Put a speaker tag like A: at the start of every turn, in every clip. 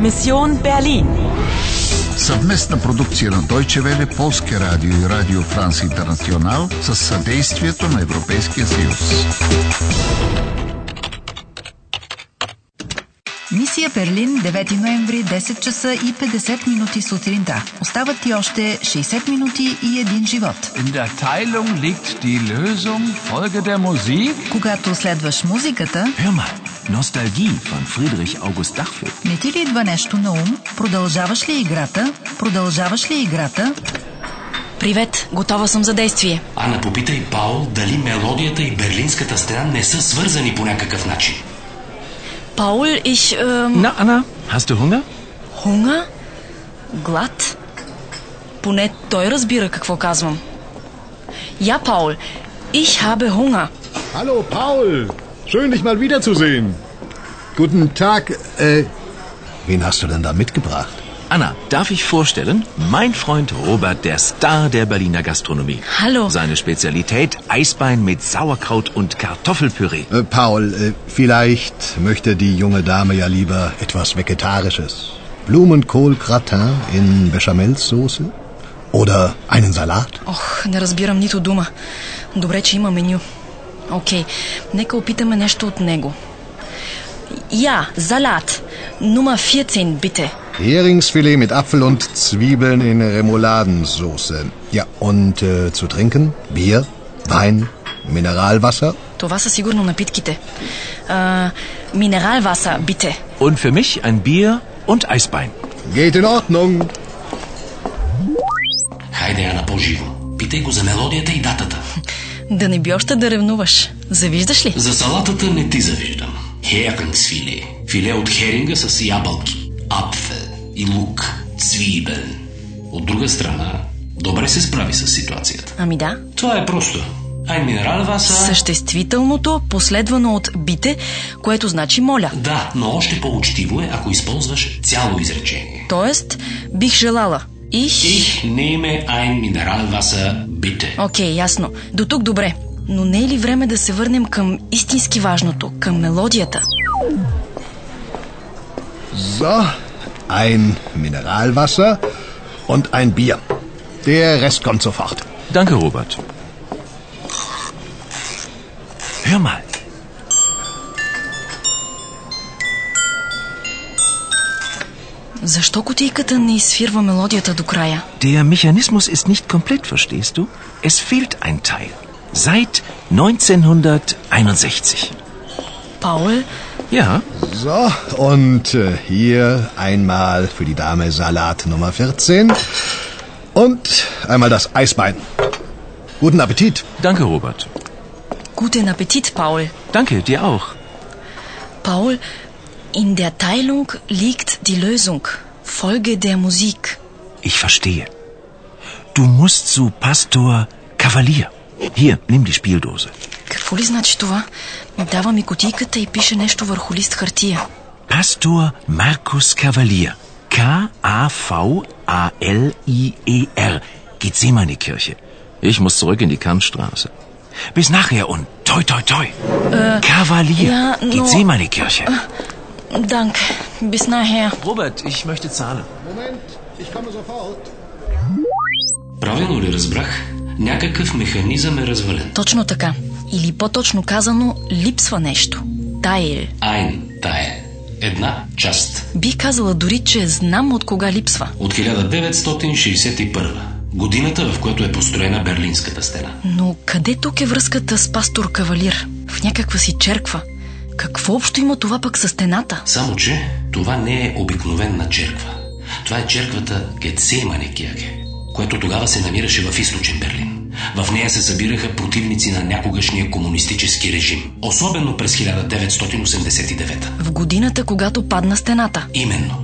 A: Mission Berlin.
B: Съвместна продукция на Deutsche Welle, Полския радио и Радио Франс Интернационал с съдействието на Европейския съюз.
C: Мисия Берлин, 9 ноември, 10 часа и 50 минути сутринта. Остават ти още 60 минути и един живот.
D: In der Teilung liegt die Lösung. Folge der Musik.
C: Когато следваш музиката,
E: Hör mal, Nostalgie von Friedrich August Dachfeld.
C: не ти ли идва нещо на ум? Продължаваш ли играта? Продължаваш ли играта?
F: Привет, готова съм за действие.
G: Ана попитай Паул дали мелодията и Берлинската стена не са свързани по някакъв начин.
F: Paul, ich, ähm,
E: Na, Anna, hast du Hunger?
F: Hunger? Глад? Поне той разбира какво казвам. Ja, Paul, ich habe Hunger.
H: Hallo Paul, schön dich mal wiederzusehen. Guten Tag, äh, wen hast du denn da mitgebracht?
E: Anna, darf ich vorstellen? Mein Freund Robert, der Star der Berliner Gastronomie.
F: Hallo.
E: Seine Spezialität Eisbein mit Sauerkraut und Kartoffelpüree.
H: Äh, Paul, äh, vielleicht möchte die junge Dame ja lieber etwas Vegetarisches. Blumenkohl-Gratin in Bechamelsoße? Oder einen Salat?
F: Ох, не разбирам нито дума. Добре, че има меню. Окей, нека опитаме нещо от него. Ja, Salat. Nummer 14, bitte.
H: Heringsfilet mit Apfel und Zwiebeln in Remouladensoße. Ja, und äh, zu trinken? Bier, Wein, Mineralwasser?
F: Това са сигурно напитките. А, минералваса, бите.
E: Und für mich ein Bier und Eisbein.
H: Geht in Ordnung.
G: Хайде, Ана, по-живо. Питай го за мелодията и датата.
F: Да не би още да ревнуваш. Завиждаш ли?
G: За салатата не ти завиждам. Херинс филе. Филе от херинга с ябълки, апфел и лук, цвибен. От друга страна, добре се справи с ситуацията.
F: Ами да.
G: Това е просто. Ай, минерал васа...
F: Съществителното, последвано от бите, което значи моля.
G: Да, но още по-учтиво е, ако използваш цяло изречение.
F: Тоест, бих желала. Их...
G: Ich nehme ein Mineralwasser, bitte.
F: Окей, ясно. До тук добре. Но не е ли време да се върнем към истински важното, към мелодията?
H: So, ein Mineralwasser und ein Bier. Der Rest kommt sofort.
E: Danke, Robert. Hör mal.
F: Защо котийката не изфирва мелодията до края?
E: Der Mechanismus ist nicht komplett, verstehst du? Es fehlt ein Teil. Seit 1961.
F: Пауль,
E: Ja,
H: So, und äh, hier einmal für die Dame Salat Nummer 14 und einmal das Eisbein. Guten Appetit.
E: danke, Robert.
F: гутен апетит, Пауль.
E: Danke, dir auch.
F: Paul, in der Teilung liegt die Lösung. Folge der Musik.
E: Ich verstehe. Du musst zu Pastor Kavalier. Hier, nimm die Spieldose.
F: Какво ли значи това? Дава ми котийката и пише нещо върху лист хартия.
E: Pastor Markus Kavalier. K-A-V-A-L-I-E-R. Gethsemane-Kirche. Ich muss zurück in die Kantstraße. Bis nachher und toi toi toi. Kavalier.
F: ja, nur-
E: Gethsemane-Kirche.
F: Dank, bis nachher.
E: Robert, ich möchte zahlen.
H: Moment, ich komme sofort.
G: Правилно ли разбрах? Някакъв механизъм е развален.
F: Точно така. Или по-точно казано, липсва нещо. Тайл.
G: Айн, тая. е. Една част.
F: Би казала дори, че знам от кога липсва.
G: От 1961. Годината, в която е построена Берлинската стена.
F: Но къде тук е връзката с пастор Кавалир? В някаква си черква. Какво общо има това пък с стената?
G: Само, че това не е обикновена черква. Това е черквата Гецеймане Кияге, която тогава се намираше в източен Берлин. В нея се събираха противници на някогашния комунистически режим, особено през 1989.
F: В годината, когато падна стената.
G: Именно.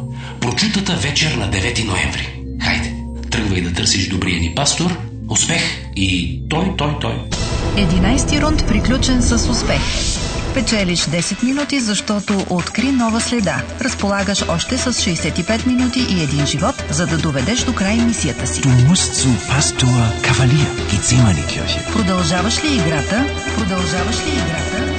G: Прочутата вечер на 9 ноември. Хайде, тръгвай да търсиш добрия ни пастор. Успех и той, той, той.
C: 11 рунд приключен с успех. Печелиш 10 минути, защото откри нова следа. Разполагаш още с 65 минути и един живот, за да доведеш до край мисията си.
E: Du musst zu Pastor Kavalier. Gethsemane-Kirche.
C: Продължаваш ли играта? Продължаваш ли играта?